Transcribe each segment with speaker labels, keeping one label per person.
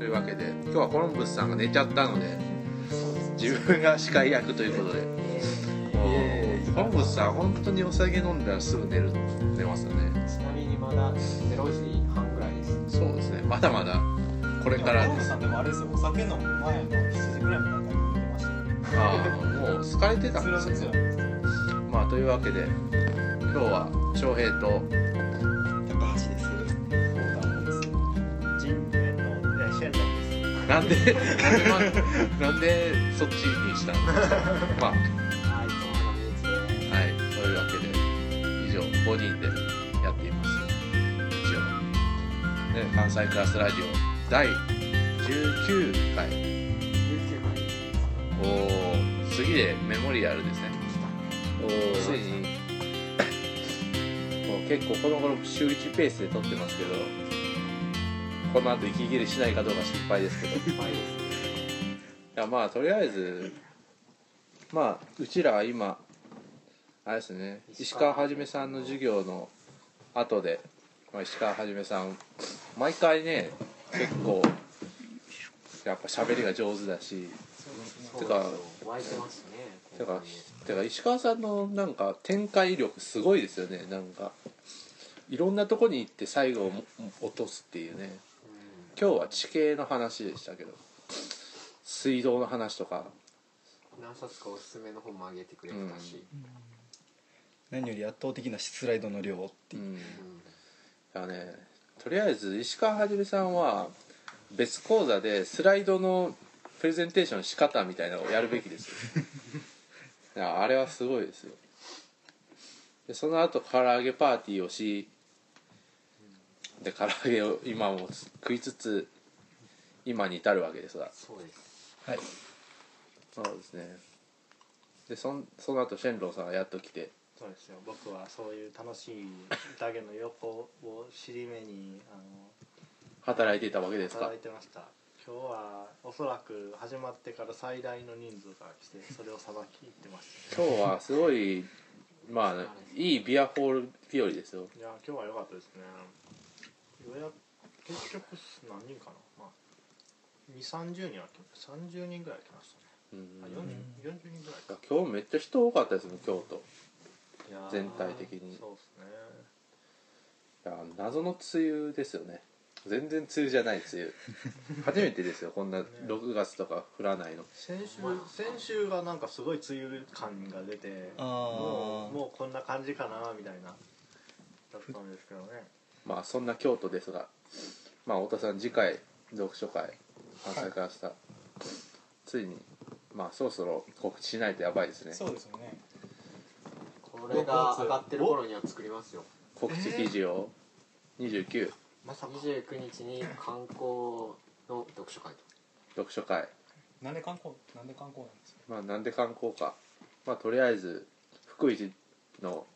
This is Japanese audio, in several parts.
Speaker 1: 今日はコロンブスさんが寝ちゃったので自分が司会役ということで
Speaker 2: え
Speaker 1: コロンブスさん本当にお酒飲んだらすぐ寝る寝ますよね
Speaker 2: ちなみにまだ0時半ぐらいです
Speaker 1: そうですねまだまだこれから
Speaker 3: でも
Speaker 1: で
Speaker 3: ロンドン
Speaker 1: す
Speaker 3: さ
Speaker 1: あ
Speaker 3: んでもあれですよお酒飲む前の7時ぐらいまでなんか寝てましたよ
Speaker 1: あもう好かれてたん
Speaker 3: つら
Speaker 1: で
Speaker 3: つ
Speaker 1: す
Speaker 3: ら
Speaker 1: ねまあというわけで今日は翔平と
Speaker 4: 高橋です。人面のえーシェンロンです。
Speaker 1: なんで なんでそっちにしたん ですかまあは
Speaker 2: はいつものですね
Speaker 1: いというわけで以上5人でやっています一応ね関西クラスラジオ第19回
Speaker 2: 19回
Speaker 1: おお次でメモリアルですねおおついに もう結構この頃週1ペースで撮ってますけどこの後息切れしないかどうか心配ですけど
Speaker 2: いっぱいです
Speaker 1: いやまあとりあえずまあうちらは今あれですね石
Speaker 2: 石
Speaker 1: 川
Speaker 2: 川
Speaker 1: はじめさんの授業の後で、まあ、石川はじめさん毎回ね結構やっぱ喋りが上手だし
Speaker 2: そう
Speaker 1: てか
Speaker 2: そう湧いてますね
Speaker 1: てかてか石川さんのなんか展開力すごいですよねなんかいろんなとこに行って最後をも落とすっていうね
Speaker 2: う
Speaker 1: 今日は地形の話でしたけど水道の話とか
Speaker 2: ん何冊かおすすめの本もあげてくれてたし
Speaker 4: 何より圧倒的なスライドの量って
Speaker 1: う
Speaker 4: いうん
Speaker 2: うん
Speaker 1: だからねとりあえず石川はじめさんは別講座でスライドのプレゼンテーションの仕方みたいなのをやるべきです よいやあれはすごいですよでその後唐揚げパーティーをしで唐揚げを今も食いつつ今に至るわけですが
Speaker 2: そうです
Speaker 4: はい。
Speaker 1: そうですねでそんその後シェンロンさんがやっと来て
Speaker 3: そうですよ僕はそういう楽しい宴の横を尻目にあの
Speaker 1: 働いていたわけですか
Speaker 3: 働いてました今日はおそらく始まってから最大の人数が来てそれをさばき行ってました
Speaker 1: 今日はすごいまあいいビアホール日和ですよ
Speaker 3: いや今日は良かったですね予約結局何人かな、まあ、2 3 0人は来ま30人ぐらい来まし
Speaker 1: う
Speaker 3: たね
Speaker 1: ん
Speaker 3: あ 40, 40人ぐらいか
Speaker 1: 今日めっちゃ人多かったですね京都
Speaker 3: いやー
Speaker 1: 全体的に
Speaker 3: そうですね
Speaker 1: いや謎の梅雨ですよね全然梅雨じゃない梅 雨初めてですよこんな6月とか降らないの
Speaker 3: 先週
Speaker 2: まあ
Speaker 3: 先週がなんかすごい梅雨感が出て
Speaker 4: あ
Speaker 3: もう
Speaker 4: あ。
Speaker 3: もうこんな感じかなみたいなだったんですけどね
Speaker 1: まあそんな京都ですがまあ太田さん次回読書会関西からした、ついにまあそろそろ告知しないとやばいですね
Speaker 4: そうですよね。
Speaker 2: これが上がってる頃には作りますよ
Speaker 1: 告知記事を29
Speaker 3: まさか
Speaker 2: 29日に観光の読書会と
Speaker 1: 読書会
Speaker 4: なんで観光なんで観光なんですか。
Speaker 1: まあなんで観光かまあとりあえず福井の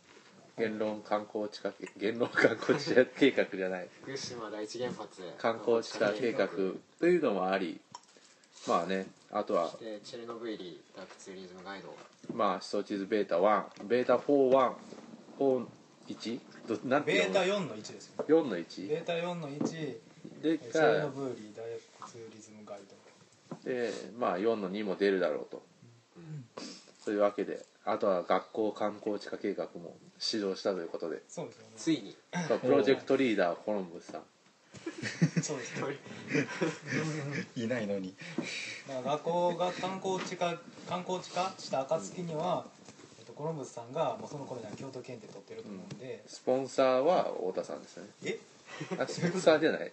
Speaker 1: 言論観光地下計言論観光地下計画じゃない
Speaker 2: 福島第一原発へ
Speaker 1: 観光地化計画というのもありまあねあとは
Speaker 2: でチェルノブイリダークツーリズムガイド
Speaker 1: まあ思想地図ベータ1ベータ4141どなんて
Speaker 5: ベ
Speaker 1: 読
Speaker 5: ー
Speaker 1: む
Speaker 5: タ4の1ですよ。
Speaker 1: 4の1
Speaker 5: ベータ4の1、
Speaker 1: で
Speaker 5: チェルノ
Speaker 1: か
Speaker 5: ブイリダイエットツーリズムガイド。
Speaker 1: でまあ4の2も出るだろうとというわけであとは学校観光地化計画も始動したということで
Speaker 5: そうです
Speaker 2: つ
Speaker 5: よ
Speaker 2: いに
Speaker 1: そうプロジェクトリーダーコロンブスさん
Speaker 5: ね。そうですね。
Speaker 4: いないのに。
Speaker 5: だから学校が観光地化観光地化した暁には、えっとコロンブスさんがもうその頃には京都検定取ってると思うんで、
Speaker 1: スポンサーは太田さんです よね
Speaker 5: え
Speaker 1: あスポンサーじゃない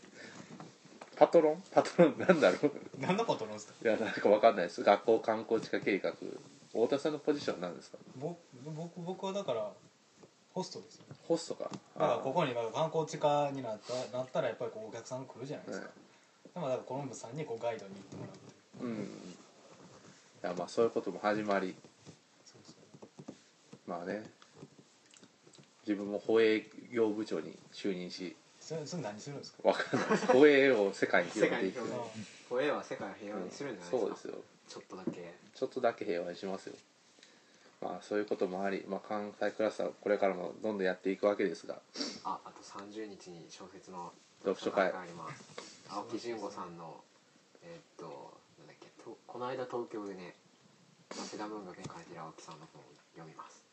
Speaker 1: パトロンパトロンなんだろう
Speaker 5: 何のことなんですか。
Speaker 1: いやなんかわかんないです学校観光地化計画太田さんのポジションなんですか
Speaker 5: 僕僕僕はだからホストですよ。
Speaker 1: ホストか
Speaker 5: だからここにまあ観光地化になったなったらやっぱりこうお客さん来るじゃないですか。でもだからコロンブスさんにこうガイドに行ってもらう。
Speaker 1: うんうんいやまあそういうことも始まり
Speaker 5: そうそう。
Speaker 1: まあね自分も保衛業部長に就任し
Speaker 5: それそれ何するんですか。
Speaker 1: わかん ないです保衛を世界に広
Speaker 2: 世
Speaker 1: め
Speaker 2: 界
Speaker 1: ていく
Speaker 2: に広
Speaker 5: あ
Speaker 2: め
Speaker 5: の
Speaker 2: ホエーは世界を平和にするんじゃないです
Speaker 1: そう
Speaker 2: か、
Speaker 1: ですよ
Speaker 2: ちょっとだけ
Speaker 1: ちょっとだけ平和にしますよまあそういうこともあり、まあ、関西クラスはこれからもどんどんやっていくわけですが
Speaker 2: ああと30日に小説の
Speaker 1: 読書会
Speaker 2: があります青木純吾さんのえーっとなんだっけとこの間東京でね早稲田文学に感じる青木さんの本を読みます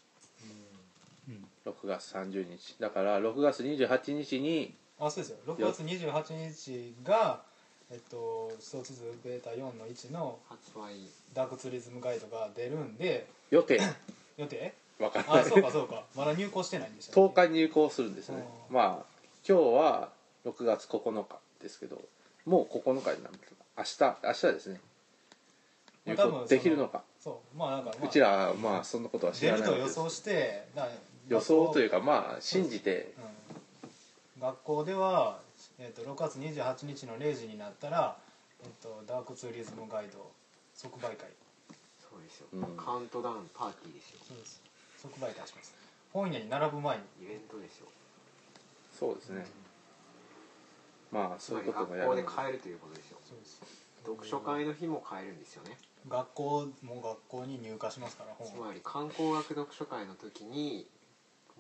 Speaker 4: うん
Speaker 1: 6月30日だから6月28日に
Speaker 5: あそうですよ6月28日がえっと首都地図ベータ4の1の
Speaker 2: 発売
Speaker 5: ダークツーリズムガイドが出るんで
Speaker 1: 予 定
Speaker 5: 予定
Speaker 1: わからな
Speaker 5: あ
Speaker 1: い
Speaker 5: そうかそうかまだ入稿してないんでした
Speaker 1: 10日に入稿するんですね
Speaker 5: うん
Speaker 1: まあ今日は6月9日ですけどもう9日になる明日明日ですね
Speaker 5: ま
Speaker 1: 入
Speaker 5: あ多分そ
Speaker 1: 稿
Speaker 5: の
Speaker 1: できるのか
Speaker 5: そうまあなんか、ま
Speaker 1: う
Speaker 5: あ、
Speaker 1: ちらはまあそんなことは知
Speaker 5: 出
Speaker 1: ら
Speaker 5: る
Speaker 1: ない
Speaker 5: と
Speaker 1: わけ
Speaker 5: 予
Speaker 1: です
Speaker 5: 想してだから
Speaker 1: 予想という
Speaker 5: か、
Speaker 1: かまあ信じて
Speaker 5: うん、学校では、えっと6月28日の0時になったら、えっとダークツーリズムガイド即売会
Speaker 2: そうですよ、
Speaker 1: うん
Speaker 2: カウントダウンパーティーですよ
Speaker 5: そうです即売会します本屋に並ぶ前に
Speaker 2: イベントですよ
Speaker 1: そうですねまあ
Speaker 2: つ
Speaker 1: そう
Speaker 2: ま
Speaker 1: いう
Speaker 2: り
Speaker 1: こと
Speaker 2: 学
Speaker 1: もや
Speaker 2: 校
Speaker 1: る
Speaker 2: で買えるということですよ
Speaker 5: そうです
Speaker 2: 読書会の日も買えるんですよね
Speaker 5: 学校も学校に入荷しますから本
Speaker 2: つまり観光学読書会の時に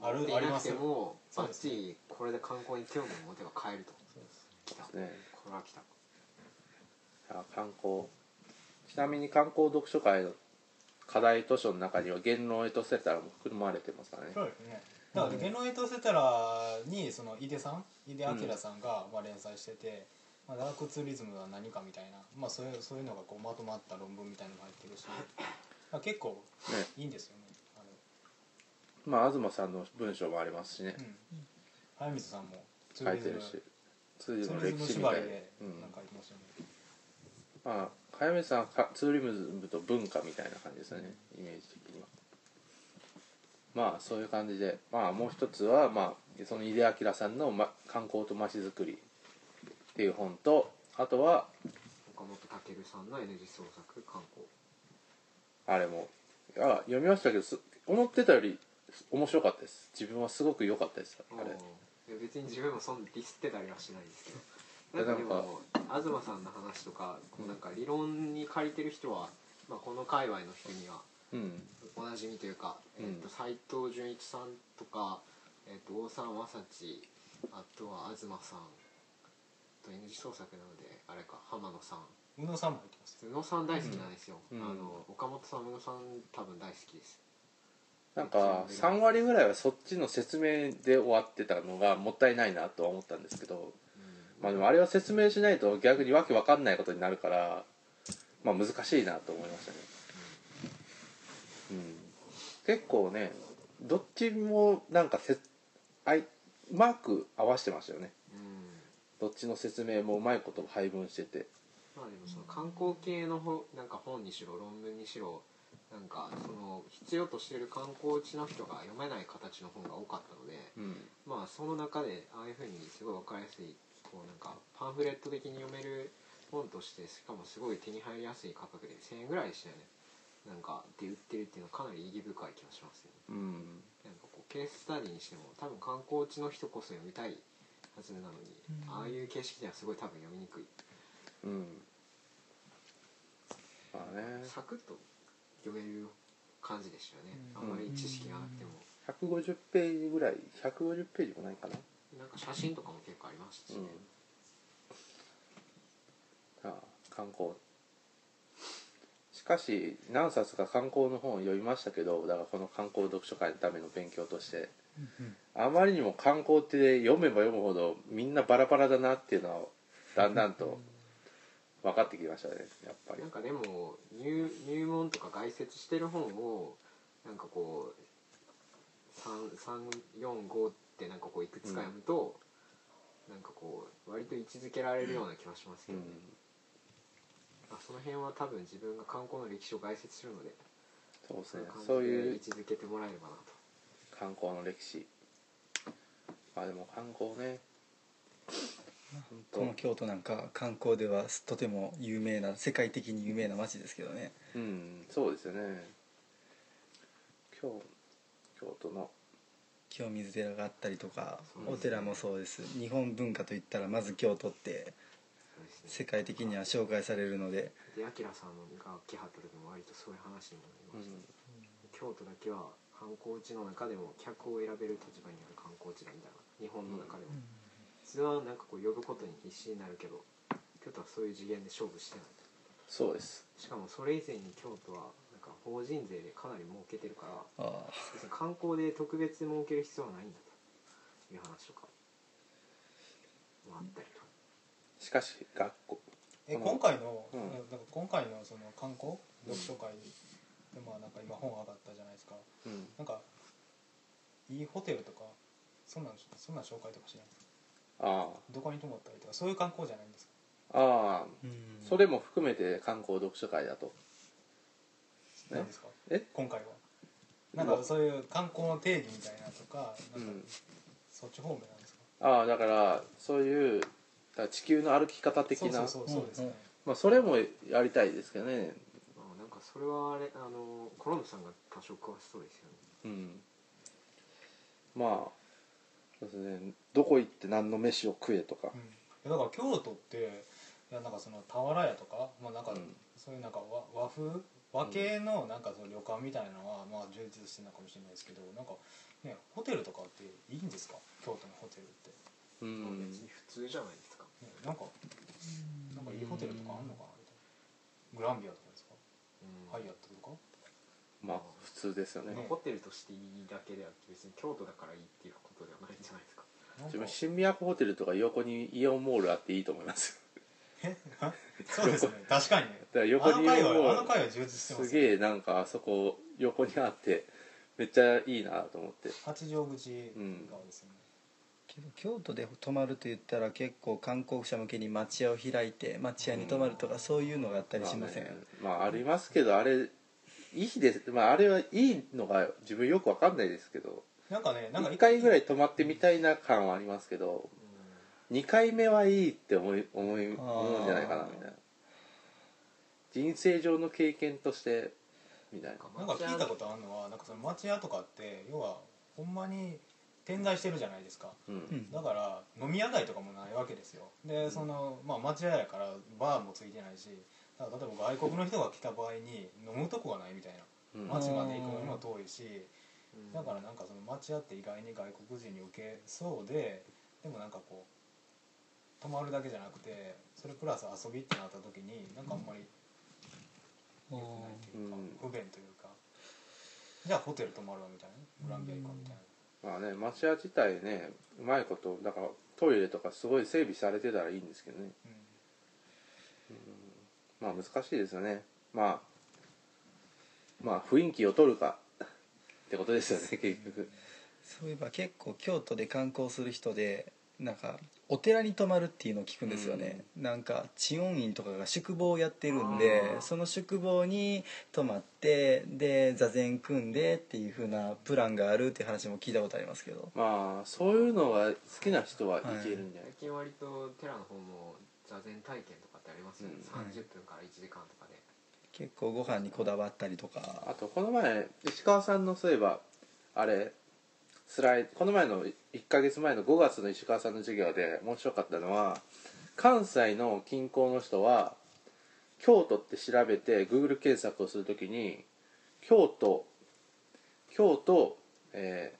Speaker 5: ある
Speaker 2: 持っていなくても
Speaker 5: あ
Speaker 2: バ
Speaker 5: りますそう
Speaker 2: ッ
Speaker 5: です
Speaker 2: チリこれで観光に興味を持てば買えると
Speaker 5: そうです
Speaker 2: 来たこ
Speaker 1: ね
Speaker 2: れは来た
Speaker 1: あ観光ちなみに観光読書会の課題図書の中には言論へとせたらも含まれてますからね
Speaker 5: そうですねだから「言論へとせたら」にその井出さん井出明さんがまあ連載してて、まあ、ダークツーリズムは何かみたいな、まあ、そういうそういうのがこうまとまった論文みたいなのが入っ てるし、まあ、結構
Speaker 1: ね
Speaker 5: いいんですよねあれ
Speaker 1: まあ東さんの文章もありますしね、
Speaker 5: うん早水さんもツ
Speaker 1: 書
Speaker 5: ー
Speaker 1: い
Speaker 5: リズ
Speaker 1: て
Speaker 5: ム
Speaker 1: るしツーリズ
Speaker 5: ツ
Speaker 1: ム
Speaker 5: ー
Speaker 1: の
Speaker 5: リズ
Speaker 1: 歴
Speaker 5: ム
Speaker 1: 史みた
Speaker 5: 縛
Speaker 1: い
Speaker 5: り
Speaker 1: な
Speaker 5: で
Speaker 1: うん
Speaker 5: なんか言ってましたよね、
Speaker 1: まあ早めさんはツーリズムと文化みたいな感じですよねイメージ的にはまあそういう感じでまあもう一つは、まあ、その井出明さんの、ま「観光とまちづくり」っていう本とあとは
Speaker 2: 岡本健さんの N 字創作観光
Speaker 1: あれもあ読みましたけどす思ってたよりす面白かったです自分はすごく良かったですあれ
Speaker 2: うん別に自分もそんなディスってたりはしないですけ
Speaker 1: いや
Speaker 2: どなんかで
Speaker 1: なん
Speaker 2: も東さんの話とかこうなんか理論に借りてる人は、まあ、この界隈の人には
Speaker 1: うん
Speaker 2: おなじみというか、
Speaker 1: う
Speaker 2: え
Speaker 1: ん
Speaker 2: っと斉藤純一さんとか、えっと大沢雅治あとは東さんと N 字創作なのであれか浜野さん
Speaker 5: 宇野さんも入ってますよ
Speaker 2: 宇野さん大好きなんですよ、
Speaker 1: うん
Speaker 2: あの岡本さん宇野さん多分大好きです
Speaker 1: なんか3割ぐらいはそっちの説明で終わってたのがもったいないなとは思ったんですけどまあでもあれは説明しないと逆にわけわかんないことになるからまあ難しいなと思いましたねうん結構ねどっちもなんかせあいマーク合わせてましたよね
Speaker 2: う
Speaker 1: ど
Speaker 2: ん
Speaker 1: っちの説明もうまいこと配分してて
Speaker 2: まあでもその観光系のほなんか本にしろ論文にしろなんかその必要としてる観光地の人が読めない形の本が多かったので
Speaker 1: うん
Speaker 2: まあその中でああいうふうにすごい分かりやすいこうなんかパンフレット的に読める本としてしかもすごい手に入りやすい価格で1000円ぐらいでしたよねなんかで売ってるっていうのはかなり意義深い気がしますね
Speaker 1: うん
Speaker 2: なんかこうケーススタディにしても多分観光地の人こそ読みたいはずなのに、ああいう形式ではすごい多分読みにくい
Speaker 1: うんまあね
Speaker 2: サクッと読める感じでしたよね、
Speaker 1: うん
Speaker 2: あんまり知識がなくても、
Speaker 1: 150ページぐらい150ページもないかな
Speaker 2: なんか写真とかも結構ありましたしね、
Speaker 1: ああ観光しかし何冊か観光の本を読みましたけどだからこの観光読書会のための勉強として、あまりにも観光って読めば読むほどみんなバラバラだなっていうのはだんだんと分かってきましたねやっぱり
Speaker 2: なんかでも入入門とか外説してる本をなんかこう3345ってなんかこういくつか読むと、なんかこう割と位置づけられるような気がしますけ
Speaker 1: う
Speaker 2: ど
Speaker 1: ん
Speaker 2: ね、まあ、その辺は多分自分が観光の歴史を外説するので
Speaker 1: そうです
Speaker 2: そうい
Speaker 1: ね
Speaker 2: う感じ
Speaker 1: そういう
Speaker 2: で位置づけてもらえればなと
Speaker 1: 観光の歴史まあでも観光ね本当
Speaker 4: この京都なんか観光ではとても有名な世界的に有名な街ですけどね
Speaker 1: うんそうですよね今日京都の
Speaker 4: 清水寺があったりとか
Speaker 2: そうですね
Speaker 4: お寺もそうです日本文化といったらまず京都って
Speaker 2: そうですね
Speaker 4: 世界的には紹介されるので
Speaker 2: で、アキラさんが来はった時も割とそういう話にもなりました、京都だけは観光地の中でも客を選べる立場にある観光地だみたいな日本の中でも、それはなんかこう呼ぶことに必死になるけど京都都はそういう次元で勝負してない
Speaker 1: そうです
Speaker 2: しかもそれ以前に京都はなんか法人税でかなり儲けてるから
Speaker 4: ああ
Speaker 2: 別に観光で特別儲ける必要はないんだという話とかもあったりと
Speaker 1: しかし学校
Speaker 5: え
Speaker 1: うん
Speaker 5: 今回の、
Speaker 1: うん
Speaker 5: なんか今回のその観光読書会で、まあなんか今本上がったじゃないですか
Speaker 1: うん
Speaker 5: なんかいいホテルとかそんなんそんなん紹介とかしないんですか
Speaker 1: あ
Speaker 5: どこに泊まったりとかそういう観光じゃないんですか
Speaker 1: あああ
Speaker 4: うん
Speaker 1: それも含めて観光読書会だとえ
Speaker 5: ないんですか
Speaker 1: え
Speaker 5: 今回はなんかそういう観光の定義みたいなとか
Speaker 1: う
Speaker 5: なんか
Speaker 1: ん
Speaker 5: そっち方面なんですか、
Speaker 1: ああだからそういうだから地球の歩き方的
Speaker 5: そうそ
Speaker 1: な
Speaker 5: うそうそうですね、
Speaker 4: うん
Speaker 1: まあそれもやりたいですけどね
Speaker 2: まあなんかそれはあれあのコロンブさんが多少詳しそうですよね
Speaker 1: うんまあそうですねどこ行って何の飯を食えとか
Speaker 5: うんいやだから京都っていやなんかその俵屋とか、まあ、なんか
Speaker 1: うん
Speaker 5: そういうなんか和和風和系のなんかその旅館みたいなのはまあ充実してるのかもしれないですけどなんか、ね、ホテルとかっていいんですか京都のホテルって、
Speaker 1: う
Speaker 2: まあ
Speaker 1: ん
Speaker 2: 別に普通じゃないですか
Speaker 5: ね、なんかなんかいいホテルとかあんのかなみたいなグランビアとかですかハイアットとか
Speaker 1: まあ普通ですよね
Speaker 2: まあホテルとしていいだけであって別に京都だからいいっていうことではないんじゃないですか
Speaker 5: なん
Speaker 1: 自
Speaker 5: か
Speaker 1: 分新都ホテルとか横にイオンモールあっていいと思いますよ
Speaker 5: そうですね確かにね
Speaker 1: だから
Speaker 5: あ
Speaker 1: 横
Speaker 5: の
Speaker 1: にイオン
Speaker 5: 回はあの
Speaker 1: モー
Speaker 5: 回は充実して
Speaker 1: ル
Speaker 5: ますすね
Speaker 1: げえなんかあそこ横にあってめっちゃいいなと思って
Speaker 5: 八丈口側ですよね、
Speaker 4: けど京都で泊まると言ったら結構観光者向けに町屋を開いて町屋に泊まるとかそういうのがあったりしません、
Speaker 1: まあね、まあありますけどあれいいですまああれはいいのが自分よくわかんないですけど
Speaker 5: なんかねなんか
Speaker 1: 1回ぐらい泊まってみたいな感はありますけど2回目はいいって思い思い思うんじゃないかなみたいな人生上の経験としてみたいな
Speaker 5: なんか聞いたことあるのはなんかその町屋とかって要はほんまに点在してるじゃないですか
Speaker 1: う
Speaker 4: うんん
Speaker 5: だから飲み屋街とかもないわけですよでその、まあ、町屋やからバーもついてないしだから例えば外国の人が来た場合に飲むとこがないみたい
Speaker 1: うん
Speaker 5: な町まで行くのにも遠いし
Speaker 2: うん
Speaker 5: だからなんかその町屋って意外に外国人に受けそうででもなんかこう泊まるだけじゃなくてそれプラス遊びってなった時になんかあんまり良くないというか、
Speaker 1: う
Speaker 5: 不便というかじゃあホテル泊まるわみたいなグランビア行こうみたいな、
Speaker 1: まあね町屋自体ねうまいことだからトイレとかすごい整備されてたらいいんですけどね
Speaker 5: うん
Speaker 1: まあ難しいですよねまあまあ雰囲気を取るかってことですよね結局
Speaker 4: そういえば結構京都で観光する人でなんかお寺に泊まるっていうのを聞くんですよね、なんか知恩院とかが宿坊をやってるんで
Speaker 2: あー
Speaker 4: その宿坊に泊まってで座禅組んでっていう風なプランがあるっていう話も聞いたことありますけど
Speaker 1: まあそういうのが好きな人はいけるんじゃない
Speaker 2: 最近割と寺の方も座禅体験とかってありますよね、
Speaker 1: うん
Speaker 2: 30分から1時間とかで、
Speaker 4: 結構ご飯にこだわったりとか
Speaker 1: あとこの前石川さんのそういえばあれスライこの前の1ヶ月前の5月の石川さんの授業で面白かったのは関西の近郊の人は京都って調べて Google 検索をするときに京都京都え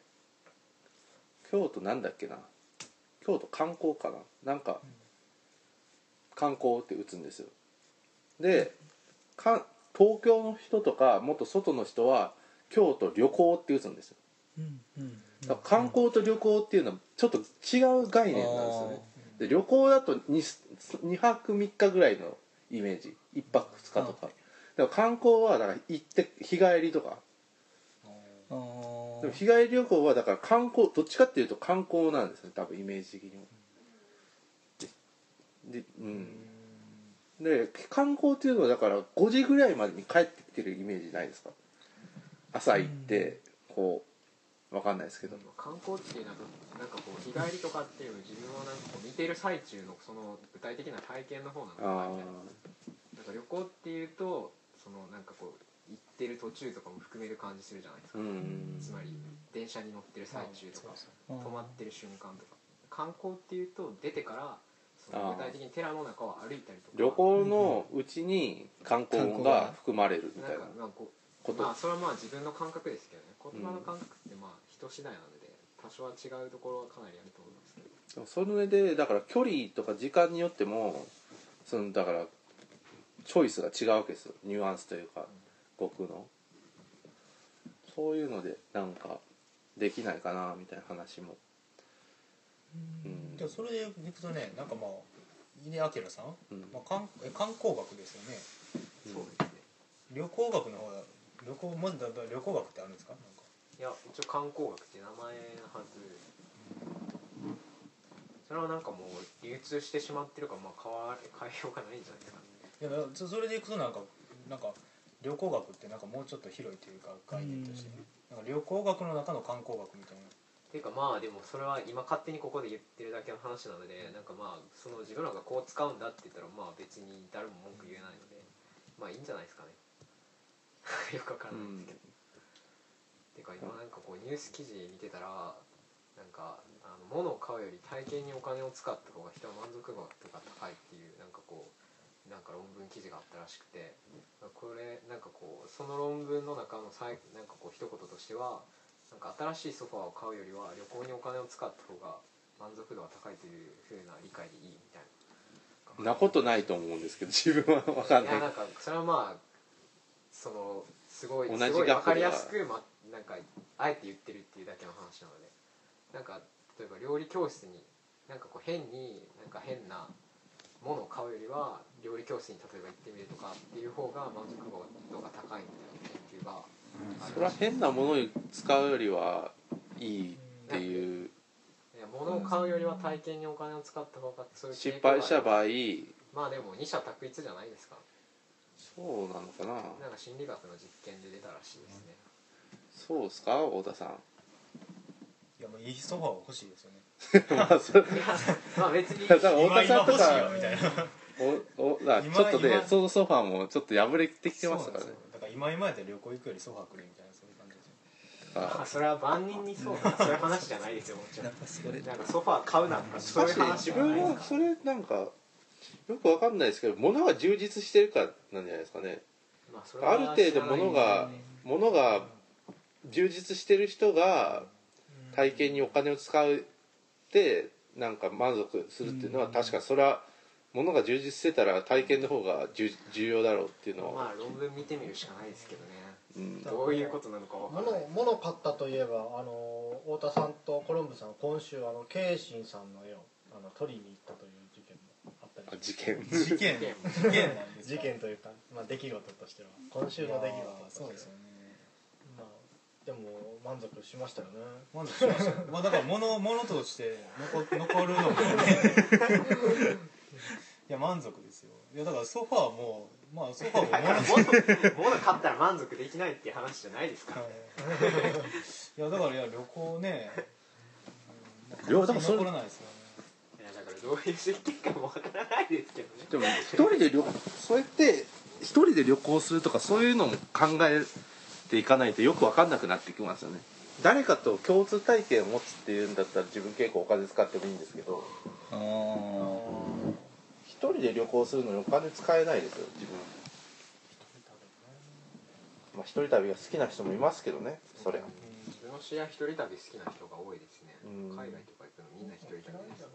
Speaker 1: ー京都なんだっけな京都観光かななんか観光って打つんですよでか東京の人とかもっと外の人は京都旅行って打つんですよ
Speaker 4: うんうん
Speaker 1: だから観光と旅行っていうのはちょっと違う概念なんですよねで旅行だと 2, 2泊3日ぐらいのイメージ1泊2日とかでも観光はだから行って日帰りとか
Speaker 4: あー
Speaker 1: でも日帰り旅行はだから観光どっちかっていうと観光なんですね多分イメージ的にもででうんで観光っていうのはだから5時ぐらいまでに帰ってきてるイメージないですか朝行ってこうわかんないですけど
Speaker 2: まあ観光地などなんかこう日帰りとかっていうの自分はなんかこう見てる最中のその具体的な体験の方なのかな
Speaker 1: あ
Speaker 2: みたいななんか旅行っていうとそのなんかこう行ってる途中とかも含める感じするじゃないです
Speaker 1: あ
Speaker 2: か、
Speaker 1: うん
Speaker 2: つまり電車に乗ってる最中とか、
Speaker 4: う
Speaker 2: 止まってる瞬間とか観光っていうと出てからその具体的に寺の中を歩いたりとか
Speaker 1: 旅行のうちに観光が含まれるみ
Speaker 2: な
Speaker 1: たい
Speaker 2: ん
Speaker 1: な
Speaker 2: かまあこう
Speaker 1: こと
Speaker 2: まあそれはまあ自分の感覚ですけどね言葉の感覚ってまあ人次第なので多少は違うところはかなりあると思いますけど
Speaker 1: それでだから距離とか時間によってもそのだからチョイスが違うわけですよニュアンスというか僕のそういうのでなんかできないかなみたいな話もうん
Speaker 5: でもそれでいくとねなんかまあ井出明さん、
Speaker 1: うん
Speaker 5: まあ、観え観光学ですよね
Speaker 2: そうですね
Speaker 5: 旅行学の方だ旅行まずだだ旅行学ってあるんですかなんか
Speaker 2: いや一応観光学って名前のはずそれはなんかもう流通してしまってるからまあ変わ変えようがないんじゃないですかね
Speaker 5: いやそそれでいくとなんかなんか旅行学ってなんかもうちょっと広いというか概念としてね、なんか旅行学の中の観光学みたいな
Speaker 2: っていうかまあでもそれは今勝手にここで言ってるだけの話なのでなんかまあその自分らがこう使うんだって言ったらまあ別に誰も文句言えないのでまあいいんじゃないですかね よくわからないですけど、ていうか今なんかこうニュース記事見てたらなんかあの物を買うより体験にお金を使った方が人は満足度が高いっていうなんかこうなんか論文記事があったらしくてこれなんかこうその論文の中の最なんかこう一言としてはなんか新しいソファーを買うよりは旅行にお金を使った方が満足度が高いというふうな理解でいいみたいな。
Speaker 1: なことないと思うんですけど自分は分かんない
Speaker 2: いやなんかそれはまあそのすごい
Speaker 1: 同じ
Speaker 2: すご
Speaker 1: 額
Speaker 2: い分
Speaker 1: は
Speaker 2: かりやすく、ま、なんかあえて言ってるっていうだけの話なのでなんか例えば料理教室になんかこう変になんか変なものを買うよりは料理教室に例えば行ってみるとかっていう方が満足度が高いみたいな研究があ
Speaker 1: そ
Speaker 2: る
Speaker 1: れ
Speaker 2: ら
Speaker 1: は
Speaker 2: しい
Speaker 1: 変なものに使うよりはいいっていう
Speaker 2: いや物を買うよりは体験にお金を使った方がそういう
Speaker 1: 失
Speaker 2: 傾向がある
Speaker 1: 敗した場合
Speaker 2: まあでも二者択一じゃないですか
Speaker 1: そうなのかな
Speaker 2: なんか心理学の実験で出たらしいです ね
Speaker 1: そうですか太田さん
Speaker 5: いやもういいソファーは欲しいですよね
Speaker 1: まあそれ
Speaker 2: いやまあ別に
Speaker 1: だから太田さんと
Speaker 5: 今今欲しいよ
Speaker 1: か
Speaker 5: みたいな
Speaker 1: おおだからちょっと
Speaker 5: 今
Speaker 1: ね
Speaker 5: 今
Speaker 1: そのソファーもちょっと破れてきて
Speaker 5: そ
Speaker 1: ま
Speaker 5: うな
Speaker 1: し
Speaker 5: ん
Speaker 1: たから
Speaker 5: です
Speaker 1: ね
Speaker 5: よだから今今やで旅行行くよりソファー来るみたいなそういう感じですよ
Speaker 1: あ
Speaker 2: あそれは万人にそう かそういう話じゃないですよもちろ
Speaker 4: なん
Speaker 2: ん
Speaker 4: かそれ
Speaker 2: なんかソファー買うなんかそういう
Speaker 1: 確かに
Speaker 2: 話
Speaker 1: 自
Speaker 2: じゃな
Speaker 1: 分
Speaker 2: いです
Speaker 1: は
Speaker 2: か
Speaker 1: それなんかよくわかんないですけど物が充実してるからなんじゃないですかね
Speaker 2: まあそれは
Speaker 1: ある程度物が物が充実してる人が体験にお金を使うってなんか満足するっていうのは確かそれは物が充実してたら体験の方が重重要だろうっていうのを
Speaker 2: まあ論文見てみるしかないですけどね
Speaker 1: うん
Speaker 2: どういうことなのかわか
Speaker 3: 物
Speaker 2: んない
Speaker 3: を物を買ったといえばあの太田さんとコロンブさんは今週あのケイシンさんの絵をあの取りに行ったという事件もあった
Speaker 1: あ
Speaker 3: り
Speaker 1: 事件
Speaker 5: 事件
Speaker 2: 事件
Speaker 5: 事件なんです
Speaker 3: 事件というか、まあ、出来事としては今週の出来事として
Speaker 5: そ
Speaker 3: は
Speaker 5: うですよね
Speaker 3: まあ、でも満足しましたよね
Speaker 5: 満足しま したまあだから物物として残残るの もねいや満足ですよいやだからソファーもまあソファーも
Speaker 2: だから
Speaker 5: 物と
Speaker 2: 物物買ったら満足できないっていう話じゃないですから
Speaker 5: いやだからいや旅行ね
Speaker 1: いやだからそれ
Speaker 5: 残らないですよね
Speaker 2: いやだからどういう実験かもわからないですけどね
Speaker 1: でも一人で旅そうやって一人で旅行するとかそういうのも考えていかないとよく分かんなくなってきますよね誰かと共通体験を持つっていうんだったら自分結構お金使ってもいいんですけど
Speaker 4: あー
Speaker 1: 一人で旅行するのにお金使えないですよ自分まあ一人旅が好きな人もいますけどねそりゃ
Speaker 2: 自分の知り合い一人旅好きな人が多いですね
Speaker 1: うん
Speaker 2: 海外とか行くのみんな一人旅です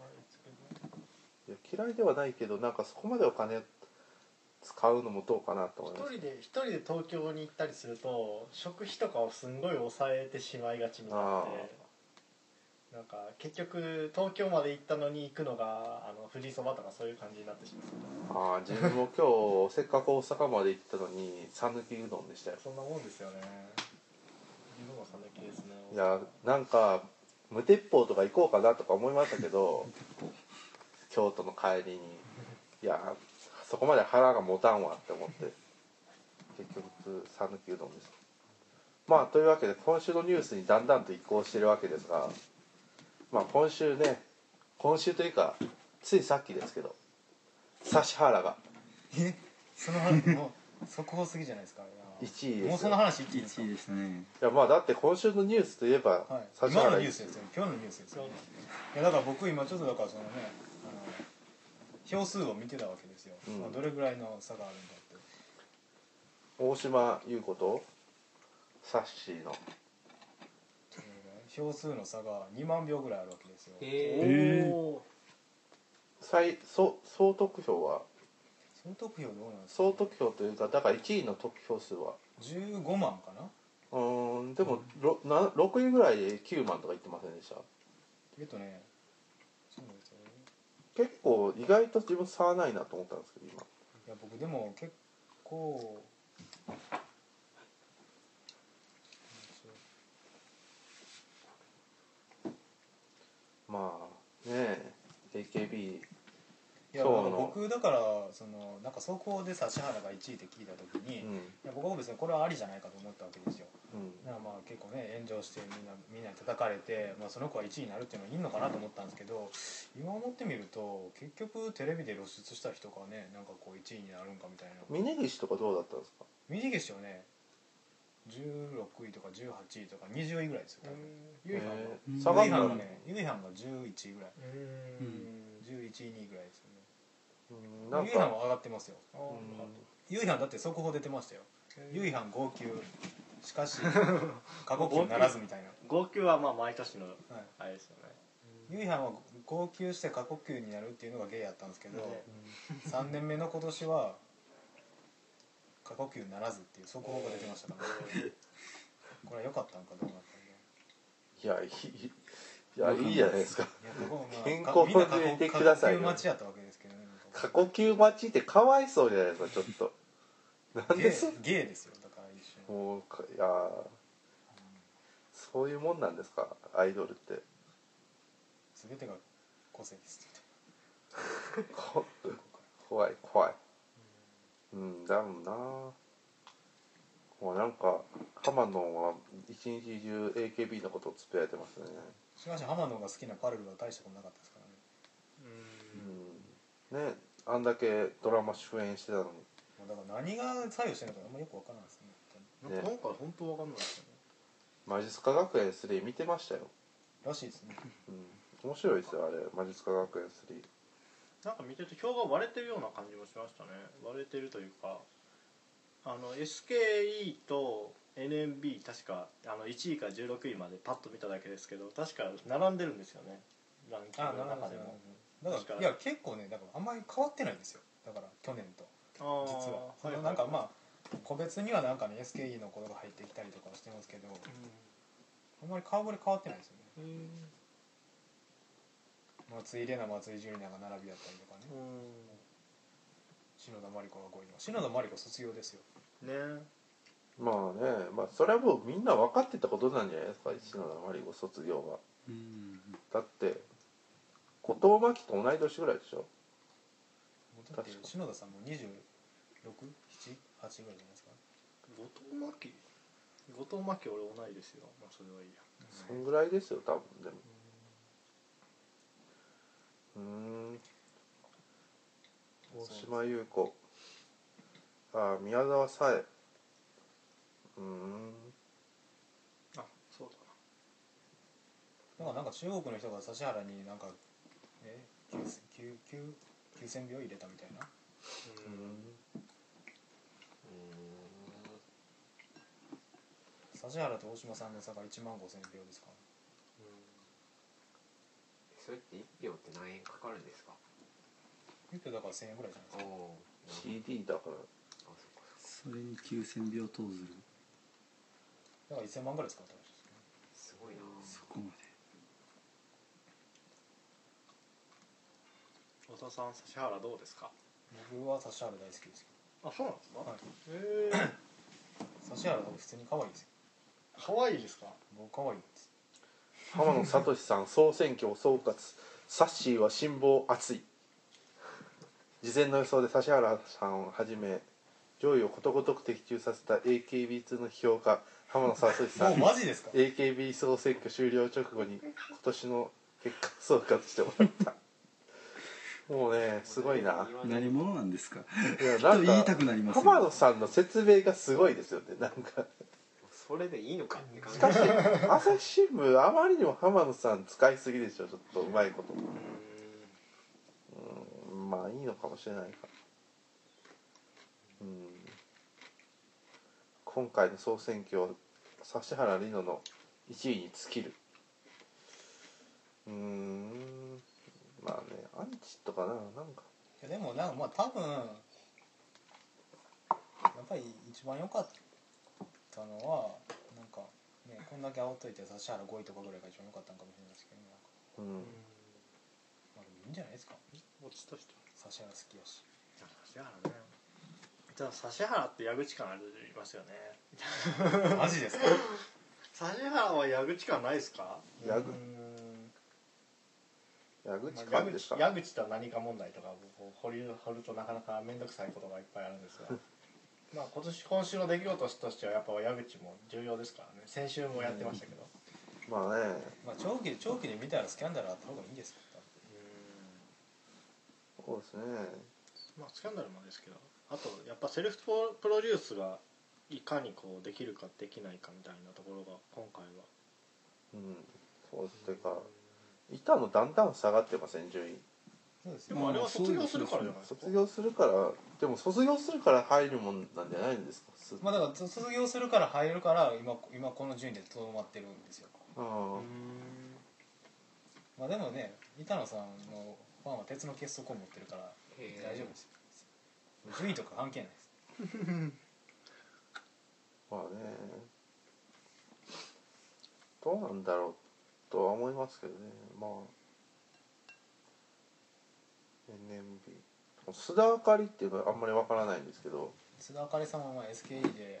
Speaker 1: いや嫌いではないけどなんかそこまでお金使うのもどうかなと思い
Speaker 3: 一
Speaker 1: ます
Speaker 3: 人で一人で東京に行ったりすると食費とかをすんごい抑えてしまいがちになってなんか結局東京まで行ったのに行くのがあの富士そばとかそういう感じになってしまう
Speaker 1: ああ自分も今日せっかく大阪まで行ったのに讃岐うどんでしたよ
Speaker 3: そんなもんですよね自分もそんな気ですね
Speaker 1: いやなんか無鉄砲とか行こうかなとか思いましたけ ど京都の帰りにいやそこまで腹が持たんわって思って結局讃岐うどんですまあというわけで今週のニュースにだんだんと移行してるわけですがまあ今週ね今週というかついさっきですけど指原が
Speaker 5: えその話もう速報すぎじゃないですかいや
Speaker 1: 1位
Speaker 5: も
Speaker 1: で
Speaker 5: う
Speaker 1: す
Speaker 5: そ
Speaker 1: よ
Speaker 5: の話言っていいですか
Speaker 4: 1位ですね
Speaker 1: いやまあだって今週のニュースといえば
Speaker 5: はい、
Speaker 1: 指
Speaker 5: 今の
Speaker 1: 原
Speaker 5: ニュースですよ今日のニュースですよ、ね、いやだから僕今ちょっとだからそのねあの票数を見てたわけですよ、
Speaker 1: うん
Speaker 5: まあどれぐらいの差があるんだって
Speaker 1: 大島優子とサッシーの
Speaker 5: どれぐらい票数の差が2万票ぐらいあるわけですよ
Speaker 2: へ
Speaker 4: え
Speaker 2: え
Speaker 4: ー
Speaker 1: 最総総得票は
Speaker 5: 総得票どうなんですか
Speaker 1: 総得票というかだから1位の得票数は
Speaker 5: 15万かな
Speaker 1: うーんでも、ろな6位ぐらいで9万とか言ってませんでした
Speaker 5: えっとねそうなんですよね
Speaker 1: 結構意外と自分差はないなと思ったんですけど今
Speaker 5: いや僕でも結構
Speaker 1: まあねえ AKB
Speaker 5: い
Speaker 1: 今
Speaker 5: や
Speaker 1: 日の
Speaker 5: なんか僕だからそのなんかそこで指原が1位って聞いた時に、
Speaker 1: うん
Speaker 5: いや僕は別にこれはありじゃないかと思ったわけですよ
Speaker 1: うん
Speaker 5: だからまあ結構ね炎上してみんなみんなに叩かれて、まあ、その子は1位になるっていうのはいいのかなと思ったんですけど、今思ってみると結局テレビで露出した人がねなんかこう1位になるんかみたいな
Speaker 1: 峯岸とかどうだったんですか
Speaker 5: 短いですよね16位とか18位とか20位ぐらいですよ多分ゆいはんが
Speaker 1: え
Speaker 4: うん
Speaker 1: ー下
Speaker 5: ゆ
Speaker 1: がっ
Speaker 5: い
Speaker 1: た
Speaker 5: はん
Speaker 1: の
Speaker 5: がねゆいはんが11位ぐらい
Speaker 3: うん
Speaker 5: 11位2位ぐらいですよね
Speaker 1: うんなん
Speaker 5: ゆいはん
Speaker 1: か
Speaker 5: は上がってますよ
Speaker 3: あ
Speaker 5: ゆいはんだって速報出てましたよゆいはん号泣しか し過呼
Speaker 3: 号
Speaker 5: 吸
Speaker 3: 泣
Speaker 5: ならずみたいな
Speaker 3: 号泣はまあ毎年の
Speaker 5: はい
Speaker 3: あれですよね
Speaker 5: ゆいはんは号泣して過呼吸になるっていうのがゲイやったんですけど、3年目の今年は過呼吸ならずっていう速報が出てましたから、ね、これは良かったんかどうなった
Speaker 1: いやいいいやいいじゃないですか
Speaker 5: んかいやここはまあ
Speaker 1: 健康
Speaker 5: かみんな過呼
Speaker 1: にしてくださいよ
Speaker 5: 過呼吸待ちやったわけですけどねなんか
Speaker 1: 過呼吸待ちってかわいそうじゃないですかちょっとなん
Speaker 5: ゲ
Speaker 1: です
Speaker 5: イゲイですよだから一瞬
Speaker 1: もうかいやーそういうもんなんですかアイドルって
Speaker 5: 全てが個性です
Speaker 1: こ怖い怖いうんだもんなもうなんか浜野は一日中 AKB のことをつぶやいてますね
Speaker 5: しかし浜野が好きなパルルは大したことなかったですからね
Speaker 1: うんねあんだけドラマ主演してたのに
Speaker 5: もうだから何が作用してるのかあんまよく分からないです
Speaker 1: ん
Speaker 5: ね
Speaker 1: なんか
Speaker 3: 今回本当わかんないですよね
Speaker 1: 魔術科学園3見てましたよ、
Speaker 5: らしいですね
Speaker 1: うん、面白いですよあれ魔術科学園3
Speaker 3: なんか見てると票が割れてるような感じもしましたね割れてるというかあの SKE と NMB 確かあの1位から16位までパッと見ただけですけど確か並んでるんですよねランキングの中でも
Speaker 5: だ
Speaker 3: 確
Speaker 5: か
Speaker 3: か
Speaker 5: らいや結構ねだからあんまり変わってないんですよだから去年と
Speaker 3: あー
Speaker 5: 実はそ
Speaker 3: い
Speaker 5: の
Speaker 3: い
Speaker 5: なんかまあ個別にはなんかね SKE のことが入ってきたりとかはしてますけどあんまり顔ぶれ変わってないですよね
Speaker 3: うん
Speaker 5: 松井玲奈松井純奈が並びだったりとかね篠田麻里子が5位の篠田麻里子卒業ですよ
Speaker 3: うんね
Speaker 1: まあねまあそれはもうみんな分かってたことなんじゃないですか篠田麻里子卒業は
Speaker 4: うん
Speaker 1: だって後藤真希と同い年ぐらいでしょ
Speaker 5: もうだって
Speaker 1: 確か
Speaker 5: 篠田さんも2 6 7 8ぐらいじゃないですか
Speaker 3: 後藤真希後藤真希俺同いですよまあそれはいいや
Speaker 1: そんぐらいですよ多分でもうーん大島優子ああ宮沢さえうーん
Speaker 3: あそう
Speaker 5: なんかなんか中国の人が指原になんかえ9000票入れたみたいな
Speaker 3: だ
Speaker 1: う
Speaker 3: なうん
Speaker 1: ん
Speaker 5: 指原と大島さんの差が1万5000票ですから
Speaker 2: それって1票って何円かかるんですか
Speaker 5: 一票だから1000円ぐらいじゃないです
Speaker 2: お
Speaker 5: か
Speaker 2: お
Speaker 1: CD だから
Speaker 2: あそっか
Speaker 4: それに9000秒投ずる
Speaker 5: だから1000万ぐらい使ったらしいですね
Speaker 2: すごいな
Speaker 4: そこま
Speaker 3: 小田さん指原どうですか
Speaker 5: 僕は指原大好きです
Speaker 3: あそうなんですか
Speaker 5: けど、はい、
Speaker 3: へ え
Speaker 5: 指原と普通に可愛いですよ
Speaker 3: 可愛いですか
Speaker 5: 僕可愛 いです
Speaker 1: 浜野聡さん総選挙を総括サッシーは辛抱熱い事前の予想で指原さんをはじめ上位をことごとく的中させた AKB2 の批評家浜野聡さ
Speaker 5: もうん
Speaker 1: に
Speaker 5: マジですか
Speaker 1: AKB 総選挙終了直後に今年の結果総括してもら ったもうねすごいな
Speaker 4: で何者なんですか
Speaker 1: いや
Speaker 4: と言いたくなりますよ
Speaker 1: 浜野さんの説明がすごいですよねなんか
Speaker 2: それでいいのかって感じ
Speaker 1: しかし朝日新聞あまりにも浜野さん使いすぎでしょちょっとうまいことうんまあいいのかもしれないかうん今回の総選挙指原莉乃の1位に尽きるうーんまあねアンチとかななんか
Speaker 5: いやでもなんかまあ多分ぱり一番良かったのはなんかねこんだけ煽っといて指原5位とかぐらいが一番良かったのかもしれないですけどねなん
Speaker 6: うん
Speaker 5: かまあでもいいんじゃないですか
Speaker 3: 落ちとして
Speaker 5: 指原好きやし
Speaker 3: 指原ねじゃあ指原って矢口感ありますよね
Speaker 5: マジですか
Speaker 3: 指原は矢口感ないですか
Speaker 1: 矢口
Speaker 3: うーん
Speaker 1: 矢口
Speaker 3: まあ
Speaker 1: 感ですか
Speaker 3: 矢口とは何か問題とかこう掘り掘るとなかなか面倒くさいことがいっぱいあるんです がまあ今年今週の出来事としてはやっぱ矢口も重要ですからね先週もやってましたけど
Speaker 1: まあね
Speaker 5: まあ長期で長期で見たらスキャンダルあった方がいいんですよ多分
Speaker 1: そうですね
Speaker 3: まあスキャンダルもですけどあとやっぱセルフプロデュースがいかにこうできるかできないかみたいなところが今回は
Speaker 1: うんそうですというか板もだんだん下がってません順位
Speaker 5: そうです
Speaker 3: で
Speaker 5: ね
Speaker 3: もあれは卒業するからじゃないですか
Speaker 1: 卒業するからでも卒業するから入るもんなんじゃないんですかす
Speaker 5: まあだから卒卒業するから入るから今今この順位でとどまってるんですよ
Speaker 1: あー
Speaker 5: まあでもね板野さんのファンは鉄の結束を持ってるから
Speaker 2: へー
Speaker 5: 大丈夫ですよ順位とか関係ないです
Speaker 1: まあねどうなんだろうとは思いますけどねまあ NMB 須田あかりっていうのはあんまりわからないんですけど
Speaker 5: 須田あかりさんはまあ SKE で、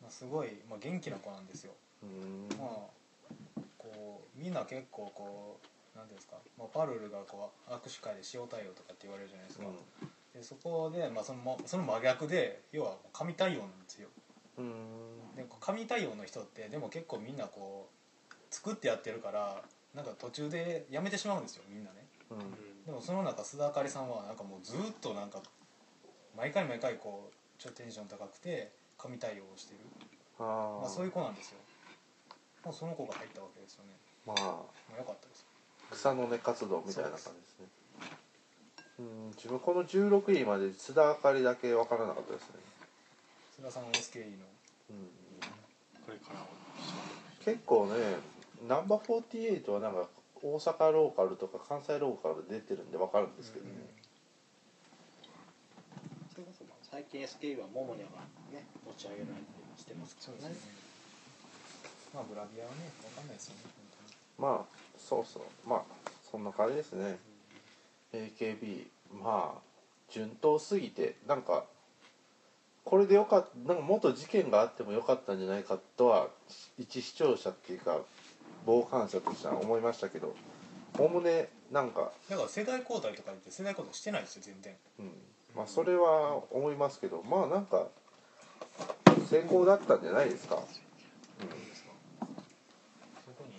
Speaker 5: まあ、すごい、まあ、元気な子なんですよ、
Speaker 1: うーん
Speaker 5: まあこうみんな結構こうなんていうんですか、まあ、パルルがこう握手会で塩対応とかって言われるじゃないですか、でそこで、まあ、そのまその真逆で要は神対応なんですよ
Speaker 1: うんう
Speaker 5: でこう神対応の人ってでも結構みんなこう作ってやってるからなんか途中でやめてしまうんですよみんなね
Speaker 1: ーんうん
Speaker 5: でもその中須田あかりさんはなんかもうずっとなんか毎回毎回こうちょっとテンション高くて神対応をしてる
Speaker 1: あー
Speaker 5: まあ、そういう子なんですよもうその子が入ったわけですよね
Speaker 1: まあ
Speaker 5: まあ、よかったです
Speaker 1: 草の根活動みたいな感じですねうん自分この16位まで須田あかりだけわからなかったですね、
Speaker 5: 須田さんは SKE の
Speaker 1: うん、
Speaker 3: これから
Speaker 1: 結構ねナンバー48はなんか大阪ローカルとか関西ローカルで出てるんでわかるんですけどね、
Speaker 7: それこそまあ最近 SKE はモモニャがね持ち上げられたりもしてますけどね
Speaker 5: まあグラビアはねわかんないですよね本
Speaker 1: まあそうそうまあそんな感じですね AKB まあ順当すぎてなんかこれでよかったなんかもっと事件があってもよかったんじゃないかとは一視聴者っていうか傍観者としては思いましたけどおおむねなんか、
Speaker 5: 当にだから世代交代とか言って世代交代してないですよ全然
Speaker 1: うん、まあそれは思いますけどまあなんか成功だったんじゃないですか、
Speaker 5: そこに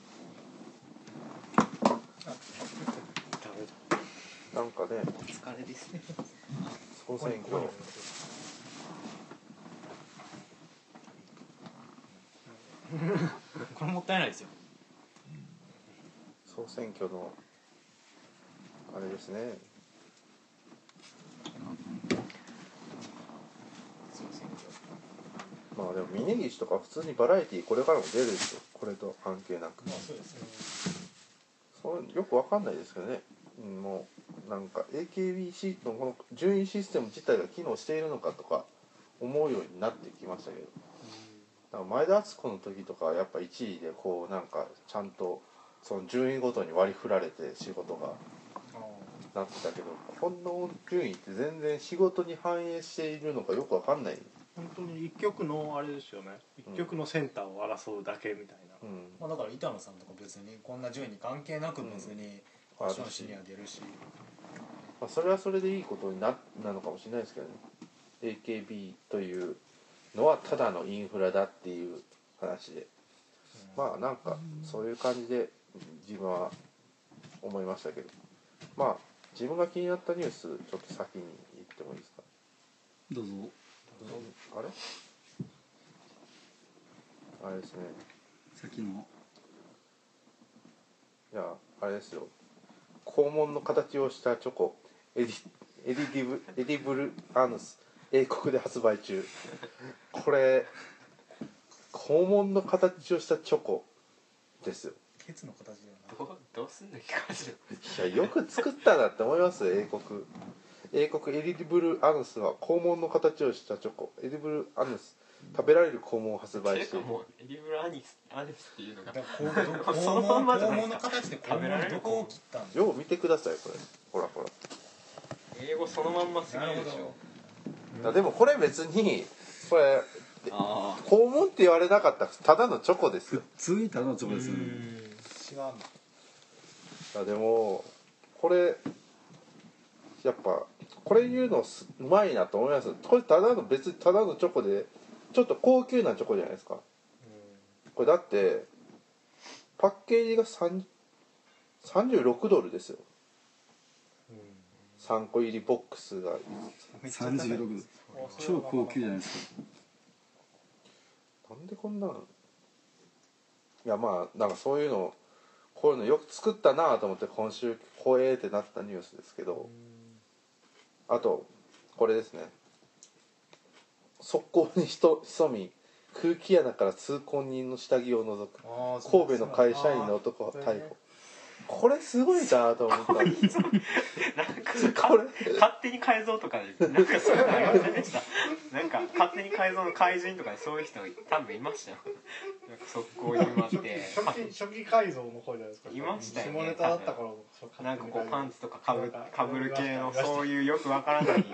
Speaker 1: うん、なんかね
Speaker 7: 疲れですね
Speaker 1: 総選挙
Speaker 5: これもったいないですよ
Speaker 1: 総選挙のあれですね
Speaker 5: そうですね
Speaker 1: まあでも峯岸とか普通にバラエティーこれからも出るでしょこれと関係なく
Speaker 5: まあそうですね
Speaker 1: そうよくわかんないですけどねうんもうなんか AKBC のこの順位システム自体が機能しているのかとか思うようになってきましたけどだから前田敦子の時とかはやっぱ1位でこうなんかちゃんとその順位ごとに割り振られて仕事が
Speaker 5: あの
Speaker 1: なってたけどこの順位って全然仕事に反映しているのかよくわかんない、
Speaker 3: 本当に一曲のあれですよね一曲のセンターを争うだけみたいな、
Speaker 1: うん、
Speaker 5: まあ、だから板野さんとか別にこんな順位に関係なく別にファッション誌には出るし、
Speaker 1: まあ、それはそれでいいことにななのかもしれないですけどね AKB というのはただのインフラだっていう話でまあなんかそういう感じで自分は思いましたけどまあ自分が気になったニュースちょっと先に言ってもいいですか
Speaker 4: どうぞ
Speaker 1: あれあれですね
Speaker 4: 先の
Speaker 1: いやあれですよ肛門の形をしたチョコエディエディディブエディブルアヌス英国で発売中これ肛門の形をしたチョコですよ
Speaker 5: ケツの形ではなく
Speaker 2: どうどうすんの聞かれる
Speaker 1: いやよく作ったなって思いますよ英国英国エディブルアヌスは肛門の形をしたチョコエディブルアヌス食べられる肛門を発売している
Speaker 2: もうエリブラアニスアニスっていうのが
Speaker 5: だからこうこう
Speaker 2: そのまんまじゃ
Speaker 5: 肛
Speaker 2: ない
Speaker 5: 門の形で肛門どこを切ったんですか
Speaker 1: よう見てくださいこれほらほら
Speaker 2: 英語そのまんますぎ
Speaker 5: なる
Speaker 2: る
Speaker 5: ほ
Speaker 2: でしょ
Speaker 5: ど
Speaker 1: あでもこれ別にこれ
Speaker 2: あ
Speaker 1: 肛門って言われなかったらただのチョコですよ
Speaker 4: 普通にただのチョコですよね
Speaker 5: 違うの
Speaker 1: あでもこれやっぱこれ言うのすうまいなと思いますこれただの別にただのチョコでちょっと高級なチョコじゃないですかこれだってパッケージが3 36ドルですよ3個入りボックスが
Speaker 5: めっちゃ高い
Speaker 4: 36超高級じゃないです
Speaker 1: な
Speaker 4: か
Speaker 1: んでこんなんいやまあなんかそういうのこういうのよく作ったなと思って今週怖えってなったニュースですけどあとこれですね側溝に人潜み空気穴から通行人の下着を覗く
Speaker 5: あーそう
Speaker 1: 神戸の会社員の男は逮捕これすごいなと思ったこ
Speaker 2: なんか
Speaker 1: れ
Speaker 2: 勝手に改造とかでなんかそういうのありませんでしたなんか勝手に改造の怪人とかでそういう人多分いましたよなんか速攻に埋まって
Speaker 3: 初期初期改造の方じゃないですか
Speaker 2: いましたよね
Speaker 3: 下ネタだったからそう勝手に
Speaker 2: なんかこうパンツとかかぶ
Speaker 3: なんか
Speaker 2: かぶる系のそういうよくわからないなんか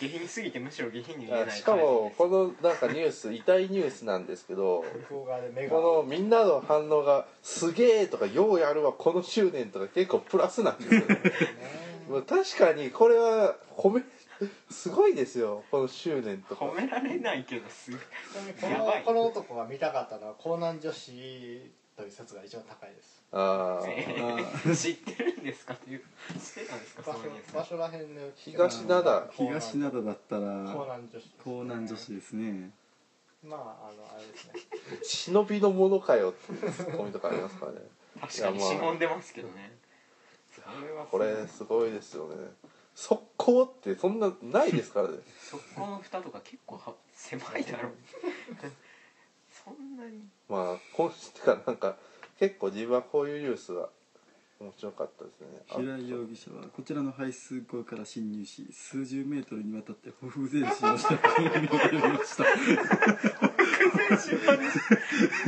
Speaker 2: 下品すぎてむしろ下品に 見えない
Speaker 1: しかもこのなんかニュース痛いニュースなんですけど
Speaker 3: 向こう側で目が
Speaker 1: このみんなの反応が「すげえ!」とか「ようやるわこの執念」とか結構プラスなんですよねまあ確かにこれは褒めすごいですよこの執念とか
Speaker 2: 褒められないけどすごい
Speaker 3: ちなみにこ
Speaker 2: やばい
Speaker 3: のこの男が見たかったのは江南女子という説が一番高いです
Speaker 1: ああ
Speaker 2: 知ってるんですかっていう知ってたんですかそ
Speaker 3: 場
Speaker 2: の
Speaker 3: 所
Speaker 2: ニュース
Speaker 3: 場所ら辺の
Speaker 1: 東灘
Speaker 4: 東灘だった
Speaker 3: 江
Speaker 4: ら
Speaker 3: 南女子
Speaker 4: 江南女子ですね
Speaker 3: まああのあれですね
Speaker 1: 忍びのものかよっていうツッコミとかありますからね
Speaker 2: 確かに
Speaker 1: いやまあ
Speaker 2: 指紋出ますけどねそれは
Speaker 1: これすごいですよね速攻ってそんなないですからね
Speaker 2: 速攻の蓋とか結構は狭いだろそんな に
Speaker 1: まあ今週ってかなんか結構自分はこういうニュースが面白かったですねあ
Speaker 4: 平井容疑者はこちらの排水溝から侵入し数十メートルにわたって歩風前進をした行為に及びました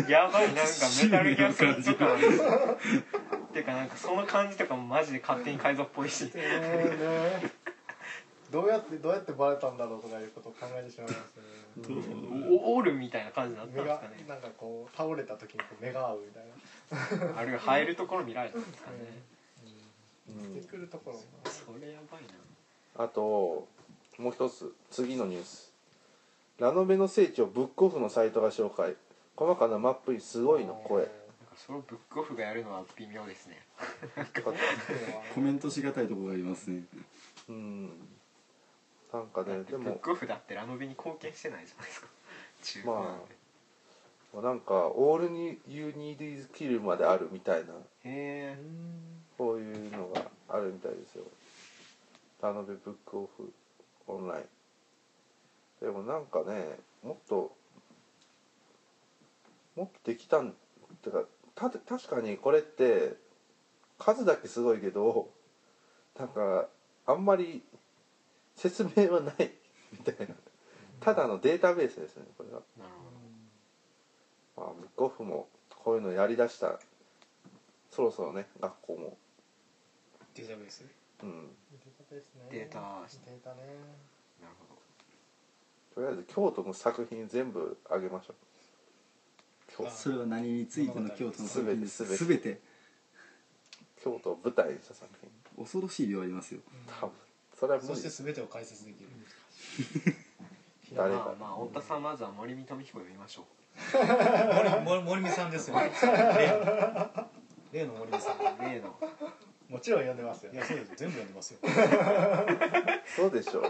Speaker 2: やばいなんかメタルギアソリッド感っていうかなんかその感じとかもマジで勝手に改造っぽいし
Speaker 3: ねえねえどうやってどうやってバレたんだろうとかいうことを考えてしまいますね
Speaker 2: おオールみたいな感じになった
Speaker 3: 目
Speaker 2: んで
Speaker 3: が
Speaker 2: すかね
Speaker 3: なんかこう倒れた時にこう目が合うみたいな
Speaker 2: あるいは入るところ見られたんですかね
Speaker 1: うん
Speaker 3: 出てくるところも
Speaker 2: それやばいな
Speaker 1: あともう一つ次のニュースラノベの聖地をブックオフのサイトが紹介細かなマップにすごいの声
Speaker 2: なんかそれをブックオフがやるのは微妙ですね
Speaker 4: コメントしがたいところがありますね
Speaker 1: うんなんか
Speaker 2: だっ
Speaker 1: ね
Speaker 2: て
Speaker 1: で
Speaker 2: ブッ
Speaker 1: も
Speaker 2: クオフだってラノベに貢献してないじゃないですか 中古なので、
Speaker 1: なんか「オールに You Need Is Kill」まであるみたいな
Speaker 2: へえ
Speaker 1: こういうのがあるみたいですよラノベブックオフオンラインでもなんかねもっともっとできたんてかた確かにこれって数だけすごいけどなんかあんまり説明はないみたいなただのデータベースですねこれは、
Speaker 2: なるほど
Speaker 1: まあ、ブックオフもこういうのやりだしたそろそろね学校も
Speaker 5: データベース
Speaker 1: うん
Speaker 3: データですね
Speaker 2: データ
Speaker 3: データね
Speaker 2: なるほど
Speaker 1: とりあえず京都の作品全部あげましょう京
Speaker 4: それは何についての京都の作品です
Speaker 1: 全て
Speaker 4: 全て
Speaker 1: 京都を舞台にした作品
Speaker 4: 恐ろしい量ありますよ
Speaker 1: 多分それは無
Speaker 5: そ
Speaker 1: 理
Speaker 5: して
Speaker 1: です
Speaker 5: 全てを解説できる
Speaker 1: 誰
Speaker 2: ま
Speaker 1: が
Speaker 2: あまあ太田さんまずは森見富彦読みましょう
Speaker 5: 森森美さんですよね例の例の森美さん
Speaker 2: 例の
Speaker 3: もちろん読んでますよ
Speaker 5: いやそうです全部読んでますよ
Speaker 1: そうでしょう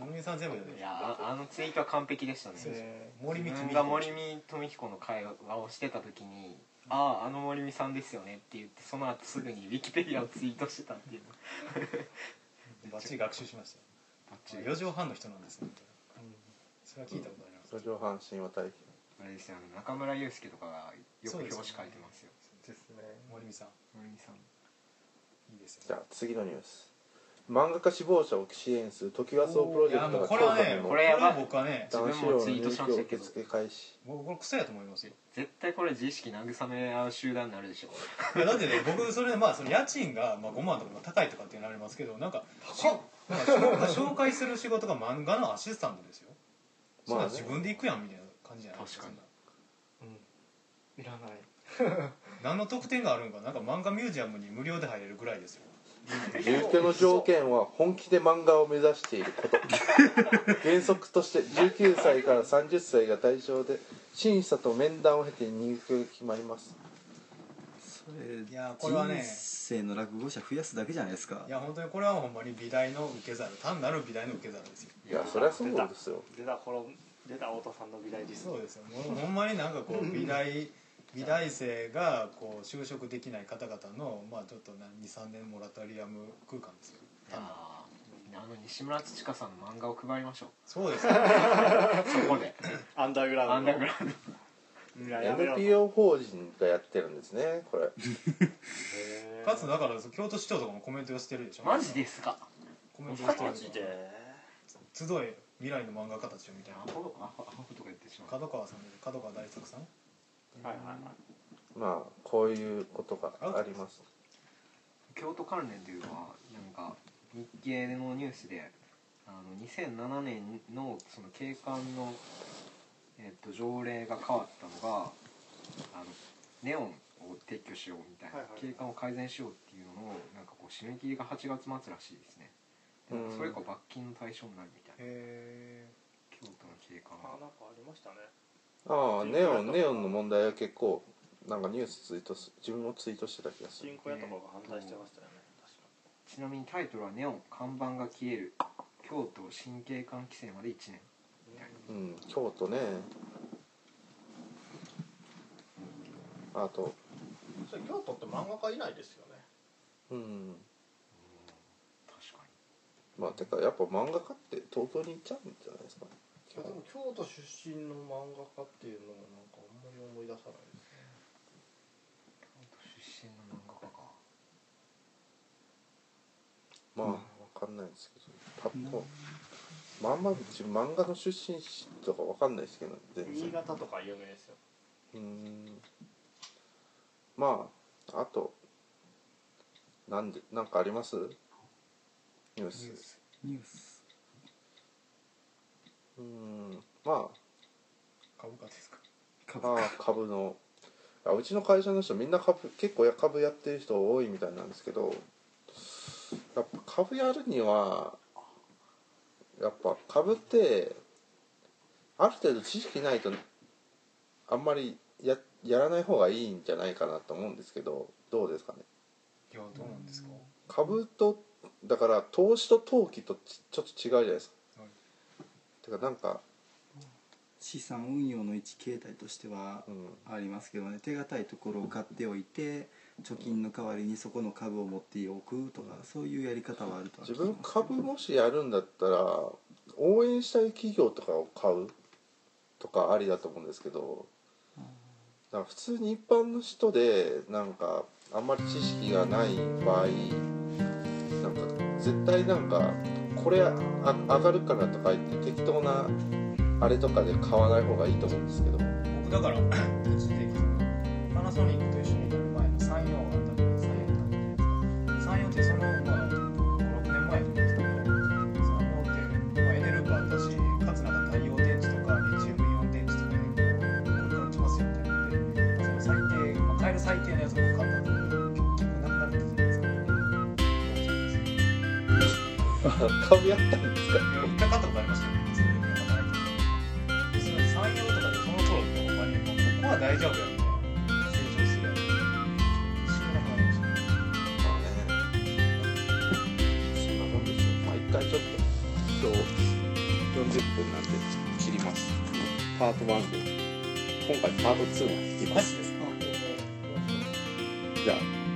Speaker 5: 森美さん全部読ん
Speaker 2: い
Speaker 5: でま
Speaker 2: やああのツイートは完璧でしたね
Speaker 5: すえー森
Speaker 2: 自
Speaker 5: 美
Speaker 2: 分が森見富彦の会話をしてた時に「あああの森見さんですよね」って言ってその後すぐにウィキペディアをツイートしてたっていうの
Speaker 5: バッチリ学習しましたよ4畳半の人なんですねそれは聞いたことあります
Speaker 1: 路上半身は大変
Speaker 2: あれですよあの中村祐介とかがよく表紙書いてますよ
Speaker 3: ですね
Speaker 5: 森美さん
Speaker 2: 森見さん
Speaker 5: いいです
Speaker 1: じゃ
Speaker 5: よ
Speaker 1: あ次のニュース漫画家志望者を支援するトキワ荘プロ
Speaker 5: い
Speaker 1: ジェ
Speaker 5: や
Speaker 1: クト
Speaker 5: もう
Speaker 1: が
Speaker 5: これはね
Speaker 1: 京都
Speaker 5: こ
Speaker 8: これ
Speaker 1: で
Speaker 5: れ
Speaker 8: やば
Speaker 5: はい僕はね
Speaker 8: こ
Speaker 1: 男
Speaker 8: れ自
Speaker 1: 子
Speaker 8: 分も
Speaker 1: 寮
Speaker 8: ツイート
Speaker 1: 入
Speaker 8: しま
Speaker 1: 居
Speaker 8: した
Speaker 1: 受
Speaker 8: けど
Speaker 1: 付開始
Speaker 5: 僕これ癖やと思いますよ
Speaker 8: 絶対これ自意識慰め合う集団になるでしょ
Speaker 5: いやだってね僕それでまあその家賃がまあ5万とかも高いとかってなりますけどなんかしなんか紹介する仕事が漫画のアシスタントですよ、
Speaker 1: まあね
Speaker 5: そんな自分で行くやんみたいな感じじゃない
Speaker 8: 確かに
Speaker 9: いらない
Speaker 5: 何の特典があるんかなんか漫画ミュージアムに無料で入れるぐらいですよ
Speaker 1: 入居の条件は本気で漫画を目指していること原則として19歳から30歳が対象で審査と面談を経て入居が決まります
Speaker 4: それ
Speaker 5: いやこれはね
Speaker 4: 人生の落語者増やすだけじゃないですか
Speaker 5: いや本当にこれはほんまに美大の受け皿単なる美大の受け皿ですよ
Speaker 1: いやそりゃそうですよ
Speaker 3: 出た頃出た太田さんの美大です
Speaker 5: そうですよもうほんまになんかこう美大美大生がこう就職できない方々のまあちょっと23年モラトリアム空間ですよ
Speaker 8: いやーあの西村つちかさんの漫画を配りましょ
Speaker 5: そうですよ
Speaker 8: うそこで
Speaker 3: アンダーグラ
Speaker 8: ア
Speaker 3: ウ
Speaker 8: ン
Speaker 3: ン
Speaker 8: ダ
Speaker 3: ド
Speaker 8: ーグラウンド
Speaker 3: いややめろ
Speaker 1: NPO 法人がやってるんですねこれ
Speaker 3: へー
Speaker 5: かつだから京都市長とかもコメント寄せてるでしょ
Speaker 8: マジですか
Speaker 5: コメント寄せて
Speaker 3: マ
Speaker 5: る
Speaker 3: ジで
Speaker 5: 集え未来の漫画家たちよみたいな
Speaker 8: アホアホアホとか言ってしまう
Speaker 5: 角川さんで角川大作さん
Speaker 3: はいはいはい
Speaker 1: まあこういうことがあります
Speaker 8: 京都関連というかなんか日経のニュースであの2007年のその景観の、えっと条例が変わったのがあのネオンを撤去しようみたいな、
Speaker 3: はいはい
Speaker 8: 景観を改善しようっていうののなんかこう締め切りが8月末らしいですねで
Speaker 1: うん
Speaker 8: それ以降罰金の対象になるみたいな
Speaker 5: へ
Speaker 8: 京都の景観
Speaker 3: あなん
Speaker 8: が
Speaker 3: かありましたね
Speaker 1: ああネオンネオンの問題は結構なんかニュースツイートす自分もツイートしてた気がする
Speaker 3: 新婚屋とかが反対してましたよね確か
Speaker 8: ちなみにタイトルは「ネオン看板が消える京都新景観規制まで1年」
Speaker 1: うん京都ねあと
Speaker 9: それ京都って漫画家いないですよね
Speaker 1: うん
Speaker 8: 確かに
Speaker 1: まあてかやっぱ漫画家って東京に行っちゃうんじゃないですかね
Speaker 9: いやでも京都出身の漫画家っていうのはなんかあんまり思い出さないですね
Speaker 8: 京都出身の漫画家か
Speaker 1: まあわかんないですけどパッとまんま自分漫画の出身地とかわかんないですけど全
Speaker 3: 新
Speaker 1: 然
Speaker 3: 潟とか有名ですよ
Speaker 1: うんまああとなんでなんかありますニュー
Speaker 5: ーニュー
Speaker 1: ス
Speaker 5: ス
Speaker 4: ニュース
Speaker 1: うんま
Speaker 5: 株価ですか
Speaker 1: あああ株のあうちの会社の人みんな株結構や株やってる人多いみたいなんですけどやっぱ株やるにはやっぱ株ってある程度知識ないとあんまりややらない方がいいんじゃないかなと思うんですけどどうですかね
Speaker 5: いやどうなんですか
Speaker 1: 株とだから投資と投機とちちょっと違うじゃないですか、
Speaker 5: はい
Speaker 1: てかなんか、
Speaker 4: 資産運用の一形態としては
Speaker 1: うん、
Speaker 4: ありますけどね手堅いところを買っておいて貯金の代わりにそこの株を持っておくとかそういうやり方はあるとは聞
Speaker 1: 自
Speaker 4: きます
Speaker 1: 分株もしやるんだったら応援したい企業とかを買うとかありだと思うんですけどだから普通に一般の人でなんかあんまり知識がない場合なんか絶対なんかこれあ上がるからとか言って適当なあれとかで買わない方がいいと思うんですけど
Speaker 5: 僕だから一時的にパナソニックと一緒になる前の山陽があったじゃないですか山陽ってそのまあ56年前とかですけど山陽って、まあ、エネルギーあったしかつなんか太陽電池とかリチウムイオン電池とかでこうこれから打ちますよみたいなのでその最低、まあ、買える最低のやつも買ったんですけど結局なくなったじゃないですか
Speaker 1: 株やったんですか
Speaker 5: いや行ったかったことありましたよねそれでなんかないでその山陽とかでその頃ってほんまにもうここは大丈夫やみたいな成長するやつ一瞬なくなりました
Speaker 1: まあねそんなもんですよまあ一回ちょっと今日40分なんで切りますパート1で今回パート2まで切ります
Speaker 5: ジですか
Speaker 1: じゃあ